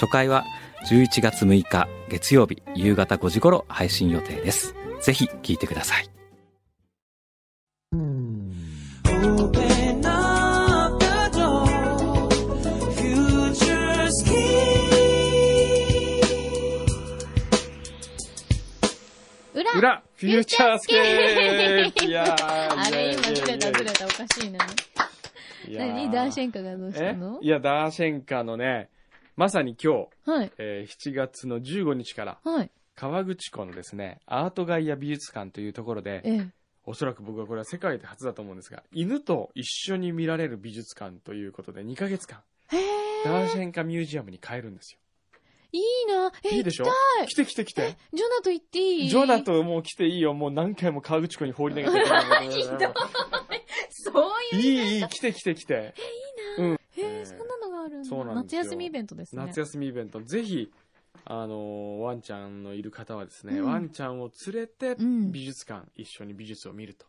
初回は11月6日月曜日夕方5時頃配信予定ですぜひ聞いてください Open up the door, future's key. 裏裏フューチャースケープいや ーあれ今ずれたずれたおかしいな。いやー何ダーシェンカがどうしたのえいや、ダーシェンカのね、まさに今日、はい。えー7月の15日から、はい。川口湖のですね、アートガイア美術館というところで、ええ。おそらく僕はこれは世界で初だと思うんですが、犬と一緒に見られる美術館ということで、2ヶ月間、へダーシえ。ェンカミュージアムに変えるんですよ。いいな。え、いいでしょ行きたい来て来て来て。ジョナと行っていいジョナ。ともう来ていいよ。もう何回も川口湖に放り投げてるか ら そういう。いい、いい、来て来て来て。へえ、そんなのがあるんだ。そうなんで夏すよ休みイベントですね。夏休みイベント、ぜひ、あのーワンちゃんのいる方はですね、うんワンちゃんを連れてうん美術館、一緒に美術を見ると。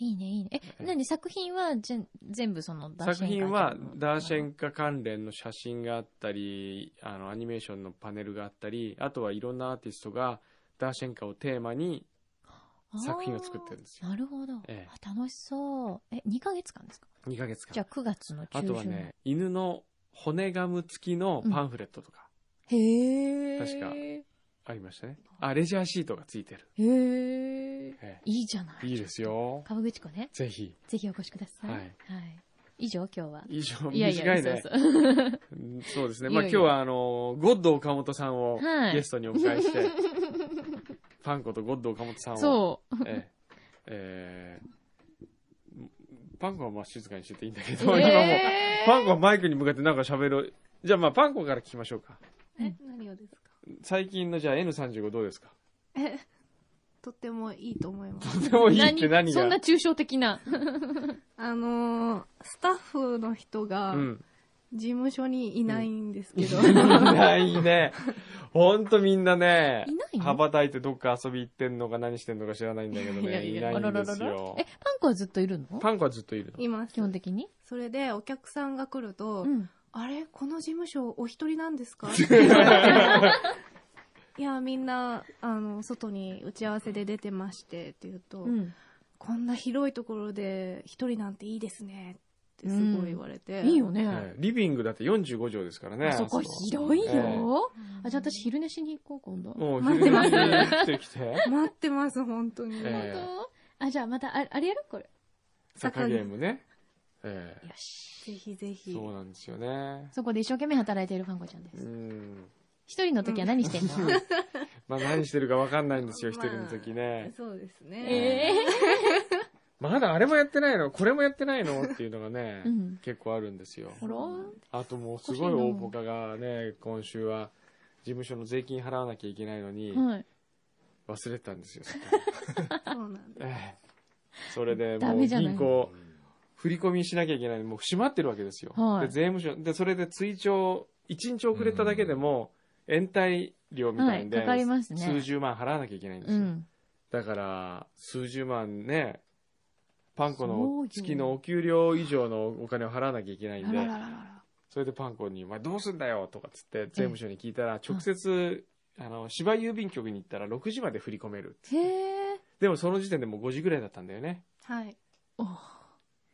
いいね、いいね。え、なに作品はじん全部そのダーシ作ェンカ品は、ダーシェンカ関連の写真があったり、あの、アニメーションのパネルがあったり、あとはいろんなアーティストが、ダーシェンカをテーマに、作品を作ってるんですあよーなるほど。ええあ楽しそう。え、2ヶ月間ですか2ヶ月間。じゃあ9月の中あ旬。とはね、犬の骨ガム付きのパンフレットとか、へえ。確かへありましたね。あ、レジャーシートが付いてる。え。えいいじゃない。えいいです。よ。川口湖ね。ぜひ。ぜひお越しください。はい以上、今日は。以上、いやい短や、いねそ。うそう。うんそうですね。まいよあ今い日よはあの、ゴッド岡本さんをはいゲストにお迎えして、 パンコとゴッド岡本さんを、そう。えええーパンコはまあ静かにしてていいんだけえど、今もう、パンコはマイクに向かってなんか喋る。じゃあまあパンコから聞きましょうか。え、何をですか最近のじゃあ N35 ど うですかえ、とってもいいと思います。とて もいいって何がそんな抽象的な。あのー、スタッフの人がう、ん。事務所にいないんですけいど、ないね。ほんとみんなねいない、の羽ばたいてどっか遊び行ってんのか何してんのか知らないんだけどね、いないんです よえ。、パンコはずっといるのパンコはずっといるの います基。本的にそれで、お客さんが来ると、うん。あれこの事務所お一人なんで すかって言われていや、みんな、あの、外に打ち合わせで出てまして、って言うと、うん。こんな広いところで一人なんていいですね、ってすごい言われて。いいよね。ええリビングだって45畳ですからね。あそこ広いええよ。あ、じゃあ私昼寝しに行こう、今度。もう待って昼ま間すに来てきて。待ってます、本当に。ええ本当あ、じゃあまた、ああれやろこれ。 坂ゲームね。ええよし。ぜひぜひ。そうなんですよね。そこで一生懸命働いているパンコちゃんでうす。ん。一人の時は何してんのまあ何してるかわかんないんですよ、一まあ人の時ね。そうですね。ええ。まだあれもやってないの、これもやってないのっていうのがねうん、結構あるんですよ。ほらあともうすごい大ポカがね、今週は事務所の税金払わなきゃいけないのに、はい。忘れてたんですよ。そうなんです。ええそれで、ダもうメじゃない銀行、振り込みしなきゃいけないのにもう閉まってるわけですよ。はいで、税務署、で、それで追徴、1日遅れただけでも、延滞料みたいんで、はいかかりますね数十万払わなきゃいけないんですうよ。ん。だから、数十万ね、パンコそうのよ月のお給料以上のお金を払わなきゃいけないんあで、らららら。それでパンコに、お前どうすんだよとかっつって、税務署に聞いたら、直接、あの、芝郵便局に行ったら6時まで振り込めるって。へえ。でもその時点でもう5時ぐらいだったんだよね。はい。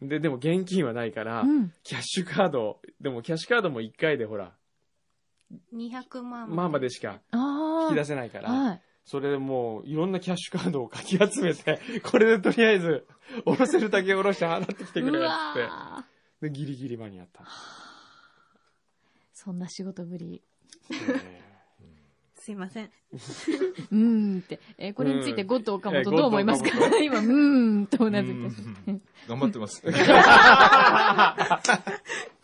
で、でも現金はないから、うん。キャッシュカード、でもキャッシュカードも1回でほら、 200万まあまでしかああ。引き出せないから、はい。それでもういろんなキャッシュカードをかき集めて、 これでとりあえず、おろせるだけおろして払ってきてくれうっわつーって。で、ギリギリ間に合った。そんな仕事ぶり。 えすいません。うーんって。えーこれについてうんゴッド岡え本ーどう思いますかゴッド岡本今、うーんとうなずいて。頑張ってます。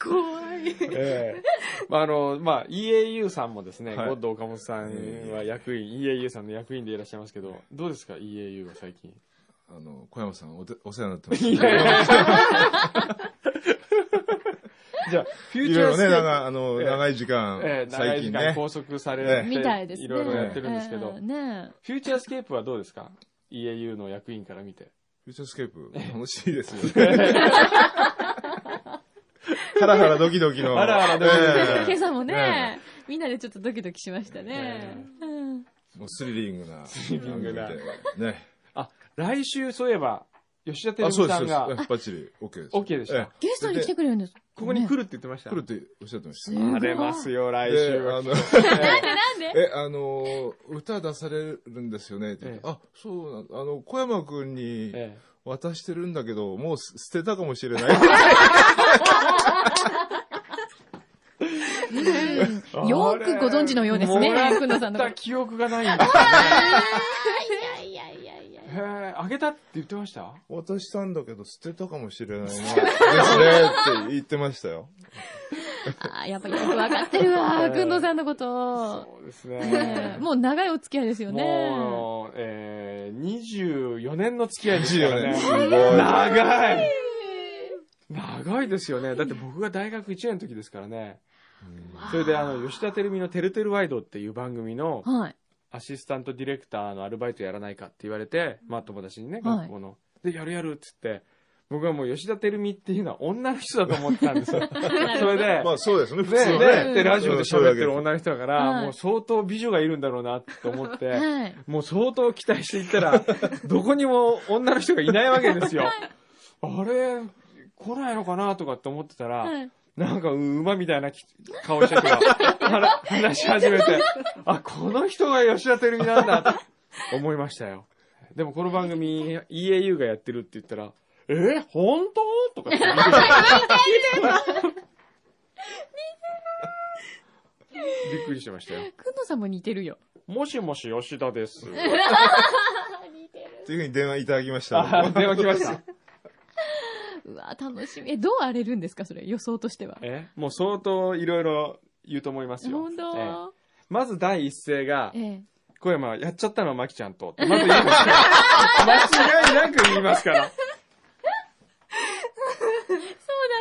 怖い。ええまああの、まあ、EAU さんもですね、はいゴッド岡本さんは役員、EAU さんの役員でいらっしゃいますけど、どうですか、EAU は最近。あの、小山さんおてお世話になってます。 じゃあ、フューいチろいャーろスね、ケープなんか、あの、ええ長い時間、ええ、長最い時近間ね。拘束されて、みたいですね。ろいろやってるんですけど、ええねフューチャースケープはどうですか ?EAU の役員から見て。フューチャースケープ、楽しいですよね。 ハラハラドキドキの。ハラハラドキドえ。キ今ええ朝もね、みんなでちょっとドキドキしましたね。うんもうスリリングな。スリリングなね。来週、そういえば、吉田照あ、そう美でさんす、そうです。が、ええバッチリ、OK です。 OK でしたええゲストに来てくれるんです。ここに来るって言ってました。来るっておっしゃってました。すごい荒れますよ、来で週は。あ の、なんでえ、あのー、歌出されるんですよねって言ってえあ、そうなんだ。あの、小山くんにえ渡してるんだけど、もうす捨てたかもしれない。えよーくご存知のようですねもらっ、くんのさんのこたと。記憶がないんです いやいやいやいや。ね。へえ、あげたって言ってました渡したんだけど、捨てたかもしれないな。ですね。って言ってましたよ。あーやっぱよくわかってる わ、くんのさんのこと。そうですねねえ。もう長いお付き合いですよね。もう、えー、24年の付き合い ですから24ね年。。すごい。長い長いですよね。だって僕が大学1年の時ですからね。それであの、吉田照美のてるてるワイドっていう番組のはい。アシスタントディレクターのアルバイトやらないかって言われて、まあ友達にね、はい学校の。で、やるやるっつって、僕はもう吉田照美っていうのは女の人だと思ってたん ですよ。それで、まあそうですね、普通ねのねね。で、ラジオで喋ってるうん女の人だかはら、いもう相当美女がいるんだろうなって思って、はい。もう相当期待していっ たら、どこにも女の人がいないわけですよ。あれ、来ないのかなとかって思ってたら、はいなんかう馬みたいなき顔し た人が話話し始めて、あ、この人が吉田照美なんだと思いましたよ。でもこの番組 EAU がやってるって言ったら、えー本当とかって言っ てびっくりしましたよ。くんのさんも似てるよ。もしもし吉田です。っていうふうに電話いただきました。 あ電話来ました。うわ、楽しみ。え、どう荒れるんですかそれ、予想としては。 えもう相当いろいろ言うと思いますよ。本当、ええまず第一声がえ、え小山はやっちゃったの、まきちゃんと。ってまず言います から。間違いなく言いますから。そう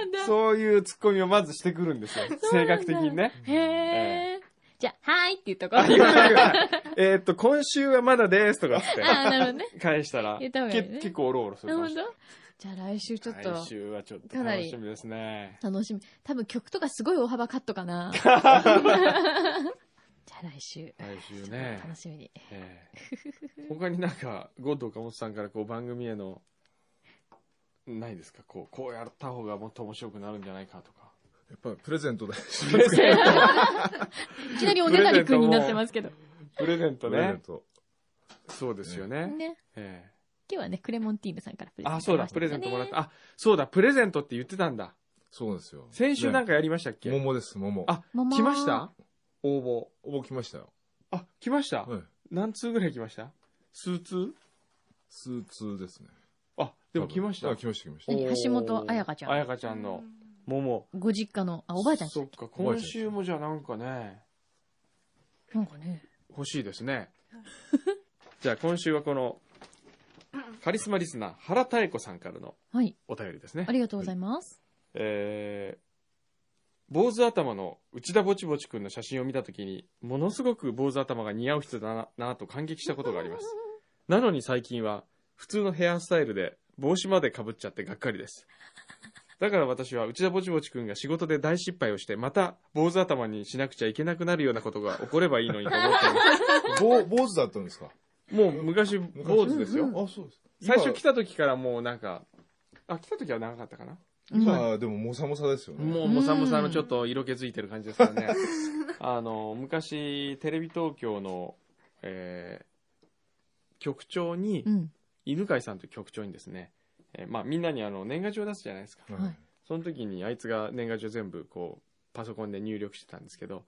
なんだ。そういうツッコミをまずしてくるんですよ。性格的にね。へえ。じゃあ、はーいって言っとこう。あ言わなくなるえーっと、今週はまだですとかっあー、てなるほどね。返したら、言った方がいいねけ結構オロオロすなるるかほもどしれない。。じゃあ来週ちょっと来週はちょっと楽しみですね。楽しみ。多分曲とかすごい大幅カットか な。じゃあ来週。来週ね。楽しみに。ええ他になんか、ゴッド岡本さんからこう番組への、ないですかこう、こうやった方がもっと面白くなるんじゃないかとか。やっぱりプレゼントだし。いきなりおねだりくんになってますけど。 プレゼントプレゼンね。ト。そうですよね。ね。ええ今日はね、クレモンティーヌさんからプレゼント、あ、そうだ、プレゼントもらっ。た。あ、そうだ、プレゼントって言ってたんだ。そうですよ。先週なんか。かやりましたっけ、桃です、桃。あ、桃来ました応募。応募来ましたよ。あ、来ました、はい。何通ぐらい来ました数通通通ですね。あ、でも来ましたあ。来ました、来ました。何おー橋本彩香ちゃん彩香ちゃんの桃。ご実家の、あ、おばあちゃんちそっか、今週もじゃあなんかね、なんかね。欲しいですね。じゃあ今週はこの、カリスマリスナー、原妙子さんからのはい。お便りですねあ。りがとうございます。えー、坊主頭の内田ぼちぼちくんの写真を見たときに、ものすごく坊主頭が似合う人だな、なぁと感激したことがあ ります。なのに最近は、普通のヘアスタイルで帽子まで被っちゃってがっかりです。だから私は内田ぼちぼちくんが仕事で大失敗をして、また坊主頭にしなくちゃいけなくなるようなことが起こればいいのにと思っています。坊坊主だったんですかもう昔、坊主ですよ。あ、そうです。最初来た。た時からもうなんか、あ、来た時は長かったかな。今、でも、もさもさですよね。もう、もさもさのちょっと色気づいてる感じですからね。あの、昔、テレビ東京の、えー局長に、うん。犬飼さんという局長にですね、えーまあ、みんなにあの、年賀状を出すじゃないですか。うはいその時に、あいつが年賀状全部、こう、パソコンで入力してたんですけど、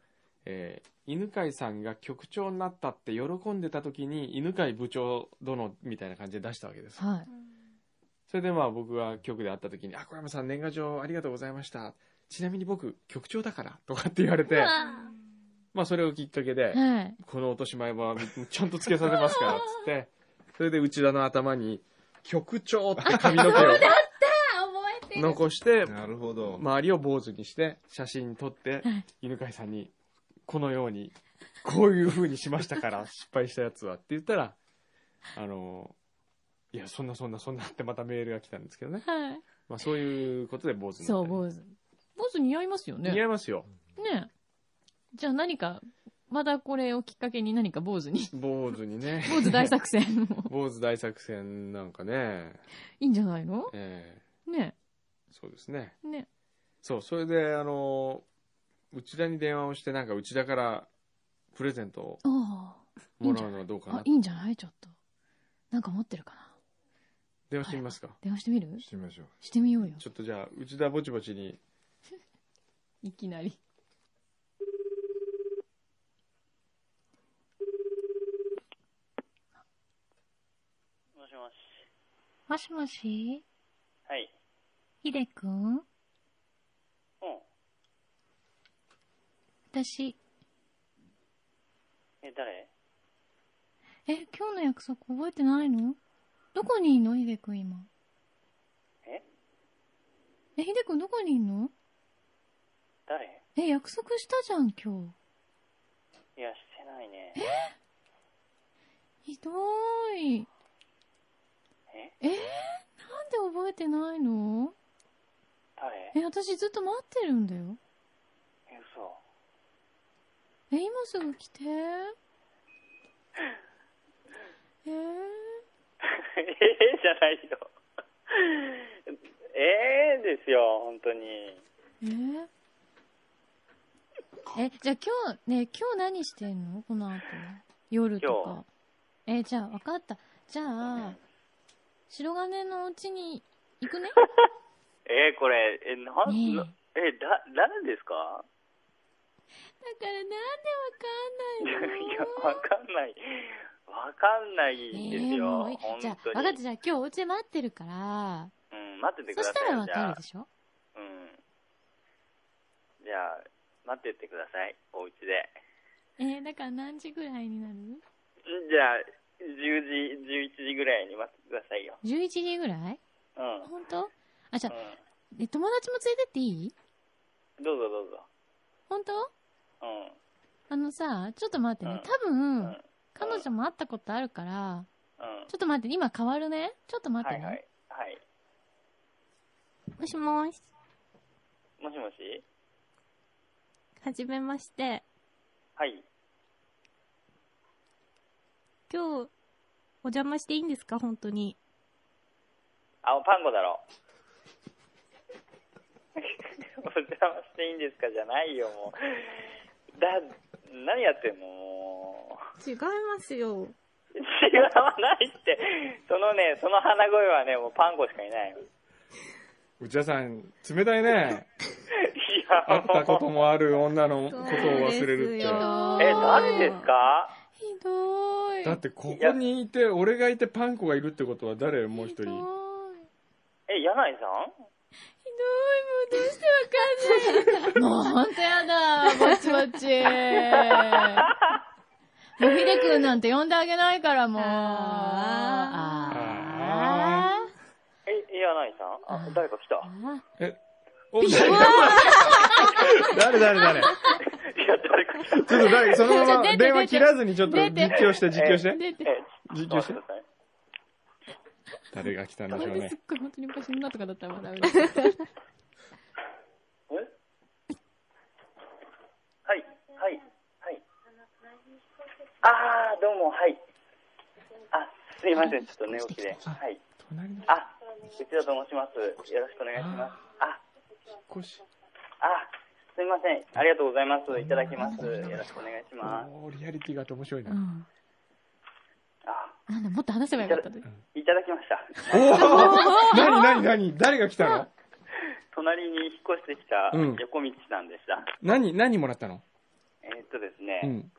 えー犬飼さんが局長になったって喜んでた時に、犬飼部長殿みたいな感じで出したわけです。はい。それでまあ僕は局で会った時に、あ、小山さん年賀状ありがとうございました。ちなみに僕、局長だから、とかって言われて、まあそれをきっかけで、はい。この落とし前はちゃんとつけさせますから、つ って、それで内田の頭に、局長って髪の毛を覚 えてる。残して、なるほど。周りを坊主にして、写真撮ってはい、犬飼さんに、このように、こういう風にしましたから、失敗したやつはって言ったら、あの、いや、そんなそんなそんなってまたメールが来たんですけどね。はい。まあそういうことで坊主になそう、ったり坊主。坊主似合いますよね。似合いますよ。。ねえじゃあ何か、まだこれをきっかけに何か坊主に坊主にね。坊主大作戦 も。坊主大作戦なんかね。いいんじゃないのえねえそうですね。えねそう、それで、あの、内田に電話をして、なんか内田からプレゼントをえあもらうのはどうかあ。あな、。いいんじゃないちょっと。なんか持ってるかな電話してみますか。電話してみるしてみましょう。してみようよ。ちょっとじゃあ、内田ぼちぼちに、いきなり。もしもし。もしもし、はい。ひでくんうん。私、え、誰え、今日の約束覚えてないのどこにいんのひでくん今。ええ、ひでくんどこにいんの誰え、約束したじゃん今いや、してないね。日。ひどーい。ええーなんで覚えてないの誰え、私ずっと待ってるんだよ。え、嘘。え、今すぐ来て。えー、 えー、じゃないよ。えーですよ、本当に。えーえ、じゃあ今日、ね、今日何してんのこの後。夜とか。えーじゃあ分かった。じゃあ、白金のお家に行くね。えーこれ、え、なん、ねなえ、だ、誰ですかだ からなんでいや、分かんないのわかんない。わかん ないですえーもよういい。本じゃあ、分当かった。に。じゃあ今日お家で待ってるから、うん、待っててくそださしいたらよ。分じかゃるあで、しょうん。じゃあ、待っててください。お家で。えーだから何時ぐらいになるじゃあ、10時、11時ぐらいに待ってくださいよ。 ?11 時ぐらいうん。本当あ、じゃあ、うえ友達も連れてっていいん。どうぞどうぞ。本当うん。あのさ、ちょっと待ってうねん。多う分ん、彼女も会ったことあるから、うん。ちょっと待ってね、今変わるね。ちょっと待っはていね。はい。はい。もしもし、もしもしはじめまして。はい。今日、お邪魔していいんですか本当に。あ、パンゴだろ。 お邪魔していいんですかじゃないよ、もう。だ、何やってんのもう。違いますよ。違わないって。そのね、その鼻声はね、もうパンゴしかいないよ。い内田さん、冷たいね。や、会ったこともう。もある女のことを忘れるっそうですよて。え、誰ですかひどーい。だって、ここにいて、俺がいてパンコがいるってことは誰もう一ひどーい。ひどい、も人。うえ、柳井さんどうしてわかんない。もうほんとやだ。ぼちぼ ち。もうひでくんなんて呼んであげないからもう。ああーえ、柳井さんあ、誰か来た。 お 誰誰誰いや、誰か来ちた。ょっと誰、そのちょ出ままて電話切らずにちょっと出て実況して、実況して。出て。え、実ちょ況っしと待てってく。ださい。誰が来たんでしょう私ねす。っごい本当に昔のなとかだったら笑うです。えはい、はい、はい。あー、どうも、はい。あ、すいません、ちょっと寝起きで。はい。隣のあ、内田と申します。よろしくお願いします。あ、引っ越し。あ、すいません。ありがとうございます。いただきます。よろしくお願いします。おーリアリティがあって面白い なう。んあ、なんだ、もっと話せばよかったです。いただきました。おおなになになに誰が来たの隣に引っ越してきたうん横道さんでした。何、何もらったのえーっとですね。うん。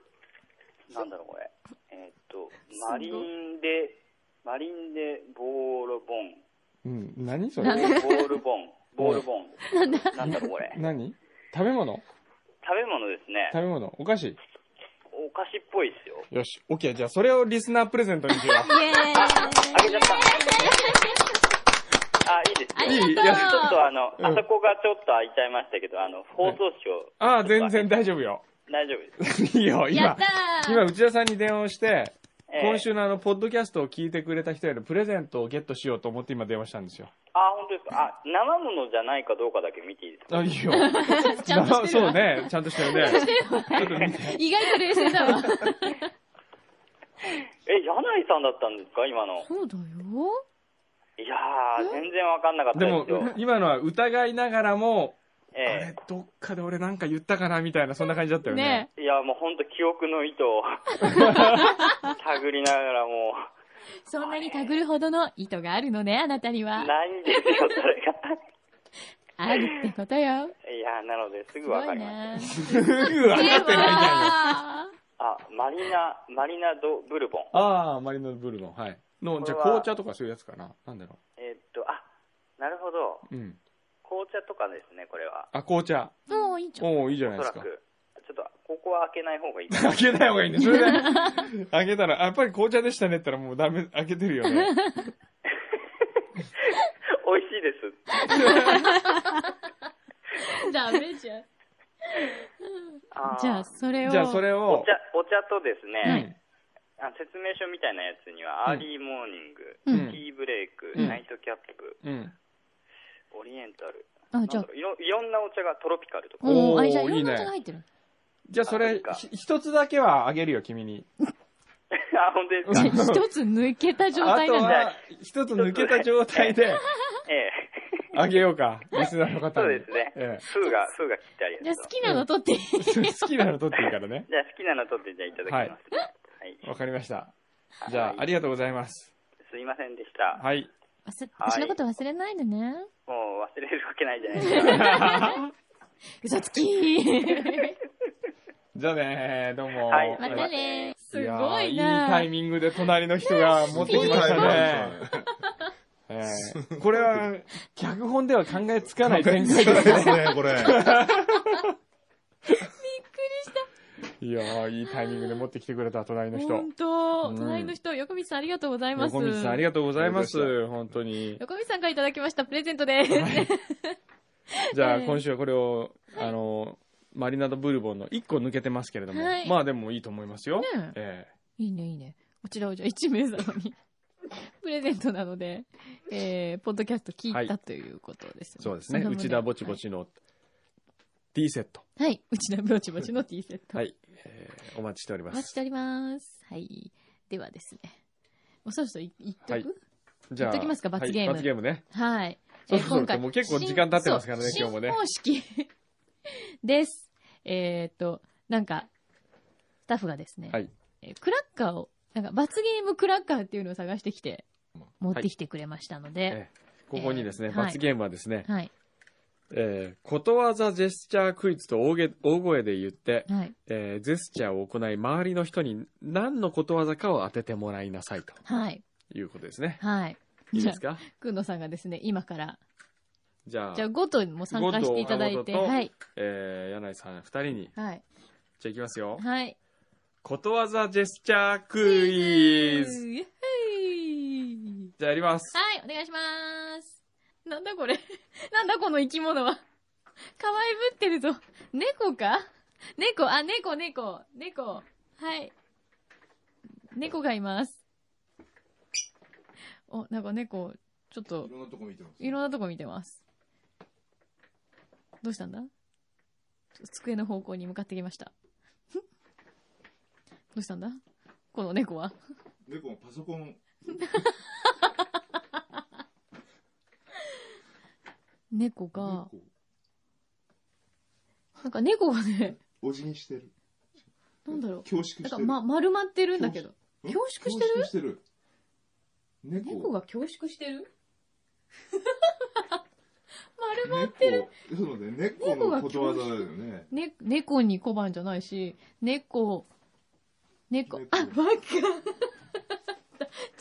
なんだろうこれ。えーっと、マリンで、マリンでボールボン。うん。何そボれールボン。ボールボーン。なんだろう、これ。食何食べ物べ物ですね食。べ物お菓子お菓子っぽいですよ。よし。オッケー。じゃあ、それをリスナープレゼントにしよ イエーあげちゃった。あ、いいですう。ね。いいいいややちょっとあの、うんあそこがちょっと開いちゃいましたけど、あの、放送省、ああ、全然大丈夫よ。 大丈夫です。いいよ、イや今っ。た今、ー内田さんに電話をして、ええ今週のあの、ポッドキャストを聞いてくれた人へのプレゼントをゲットしようと思って今電話したんですよ。あ、本当ですか。あ、生ものじゃないかどうかだけ見ていいですかあ、いいよ。 ちゃんとしてるそうわね。 ちゃんとしてる ね。ちょっと見て。意外と冷静だわ。え、柳井さんだったんですか今の。そうだよいやー、全然わかんなかったででもすよ。、今のは疑いながらも、あえれ、どっかで俺なんか言ったかなみたいな、そんな感じだったよねね。え。いや、もう本当記憶の糸 を探りながらもう、そんなにたぐるほどの意図があるのね、あなたには。ないんですよ、それが。あるってことよ。 いやー、なので、すすぐごわかいりました。ね。 うわ、なってないじゃんよ。ああ、マリナ、マリナ・ド・ブルボン。ああ、マリノブルボン、はい。の、こじれゃあは紅茶とかそういうやつかな。なんだろえーっと、あ、なるほど。う。うん。紅茶とかですね、これは。あ、紅茶。もういいじゃんおおいいじゃおないそですらか。く。ちょっと、ここは開けない方がいいかな。 開けない方がいいね。それで、開けたら、あやっぱり紅茶でしたねって言ったらもうダメ、開けてる よね。美味しいです。ーダメじゃん。あーじゃあそれをじゃあそれおを茶、、お茶とですね、うあ説明書みたいなやつには、アーリーモーニング、うんティーブレイク、うんナイトキャップ、ん。うん。オリエンタル。あじゃなんだろういろいろんなお茶がトロピカルとか。あおーうんあじゃあいいろいんねな味が入って るじゃあそあそれっか、ひ一つだけはあげるよ、君に。 あ、本当ですうかん。一つ抜けた状あ態となんだ。は、一つ抜けた状態で、ええ。あげようか。リスナーの方そうに。ですね。え 風が、風が切ってありじゃまあす好。きなの取っていい。え。それ好きなの取っていいからね。じゃあ好きなの取って、じゃあいただきます。はい。わかりました。じゃあ、あはいりがとうございます。すいませんでした。はい。忘れはい私のこと忘れないでねもう忘れるわけないじゃないですか。嘘つき。じゃあねー、どうも。はいまたねーすごいやーいいなタイミングで隣の人が持ってきましたね。えーこれは、脚本では考えつかない展開ですですね。ね、これ。いやー、いいタイミングで持ってきてくれた、隣の人。本当、うん隣の人、横道さんありがとうございます。横道さん、ありががとうございまありがとす。本当に。横道さんからいただきましたプレゼントです。 じゃあ、ええ今週はこれを、あの、マリナド・ブルボンの1個抜けてますけれどもは、いまあでもいいと思いますよ。ねえいいね、いいね。こちらをじゃあ1名様に プレゼントなので、えー、ポッドキャスト聞いはたいということです、えそうですね。の旨内田ぼちぼ。ちの D セット。はい、はい内田ぼちぼちの T セット。はい。えーお待ちしておりおま待ちしすて。おります。はい。ではですね。もうそろそろいいっとく、ははいい、じゃ言あ、っときますか罰ゲームはい罰ゲームね。えーそうそうもう結構時間経ってますからね新今日もね新方式 です。えーっと、なんか、スタッフがですね、はいえークラッカーを、なんか罰ゲームクラッカーっていうのを探してきて、持ってきてくれましたので、えここにですね、えー罰ゲームはですね、はい、えーことわざジェスチャークイズと大げ大声で言って、はい、えージェスチャーを行い、周りの人に何のことわざかを当ててもらいなさいとはい、いうことですね。はい。いいですじゃかあ、くんのさんがですね、今から、じゃあじゃあ、、ゴトも参加していただいて、ゴトはい、えー、柳井さん二人に。はい、じゃあいきますよ。はい。ことわざジェスチャークイズイエーイじゃあやります。はい、お願いします。なんだこれ。 なんだこの生き物は。かわいぶってるぞ。猫か猫、あ、猫、猫、猫。はい。猫がいます。お、なんか猫、ちょっと、ろんなとこ見てまいろんなとこ見てます。どうしたんだ机の方向に向かってきました。 どうしたんだこの猫は。猫もパソコン、猫猫が、なんか猫がね、お辞儀してる。なんだろう。恐縮なんしてか、る。ま、丸まってるんだけど。ん恐縮してる恐縮してる。猫。猫が恐縮してる丸ま、猫。そうだね。猫猫がのことわざだよね。ね、猫に小判じゃないし、猫、 猫、あ、わかん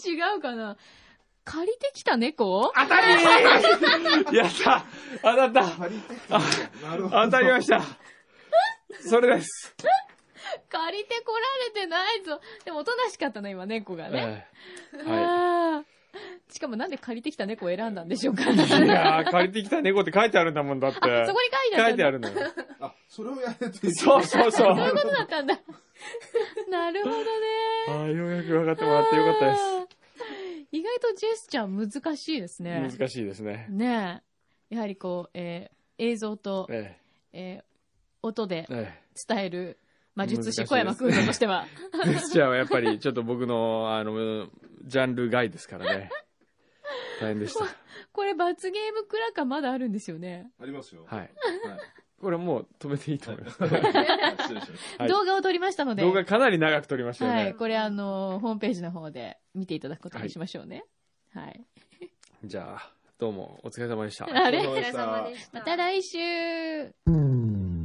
違うかな。借りてきた猫当たり やった当たった借りてきてなるほど当たりましたそれです。借りてこられてないぞ。でも、おとなしかったな、今、猫がね。ええはあーしかも、なんで借りてきた猫を選んだんでしょ うか。そこにい。いやー、借りてきた猫って書いてあるんだもんだって。書いてあ書るいてあるのよ。あ、それをやれてるそうそうそう。そういうことだったん だ。なるほどね。ああ、ようやく分かってもらってよかったです。意外とジェスチャー難しいですね。難しいですね。ねえ。やはりこう、えー映像と、ええー音でえ、え伝える魔術師難しいです小山空洞としては。え。ジェスチャーはやっぱりちょっと僕の、あの、ジャンル外ですからね。大変でした。これ罰ゲームクラッカーまだあるんですよね。ありますよ。はい。はいこれもう止めていいと思います。失礼しました。はい動画を撮りましたので。動画かなり長く撮りましたよはねい。。これあのーホームページの方で見ていただくことにしましょうね。はい。じゃあ、どうもお疲れ様でした。あれお疲れ様お疲れ様でしでしたまた来週うん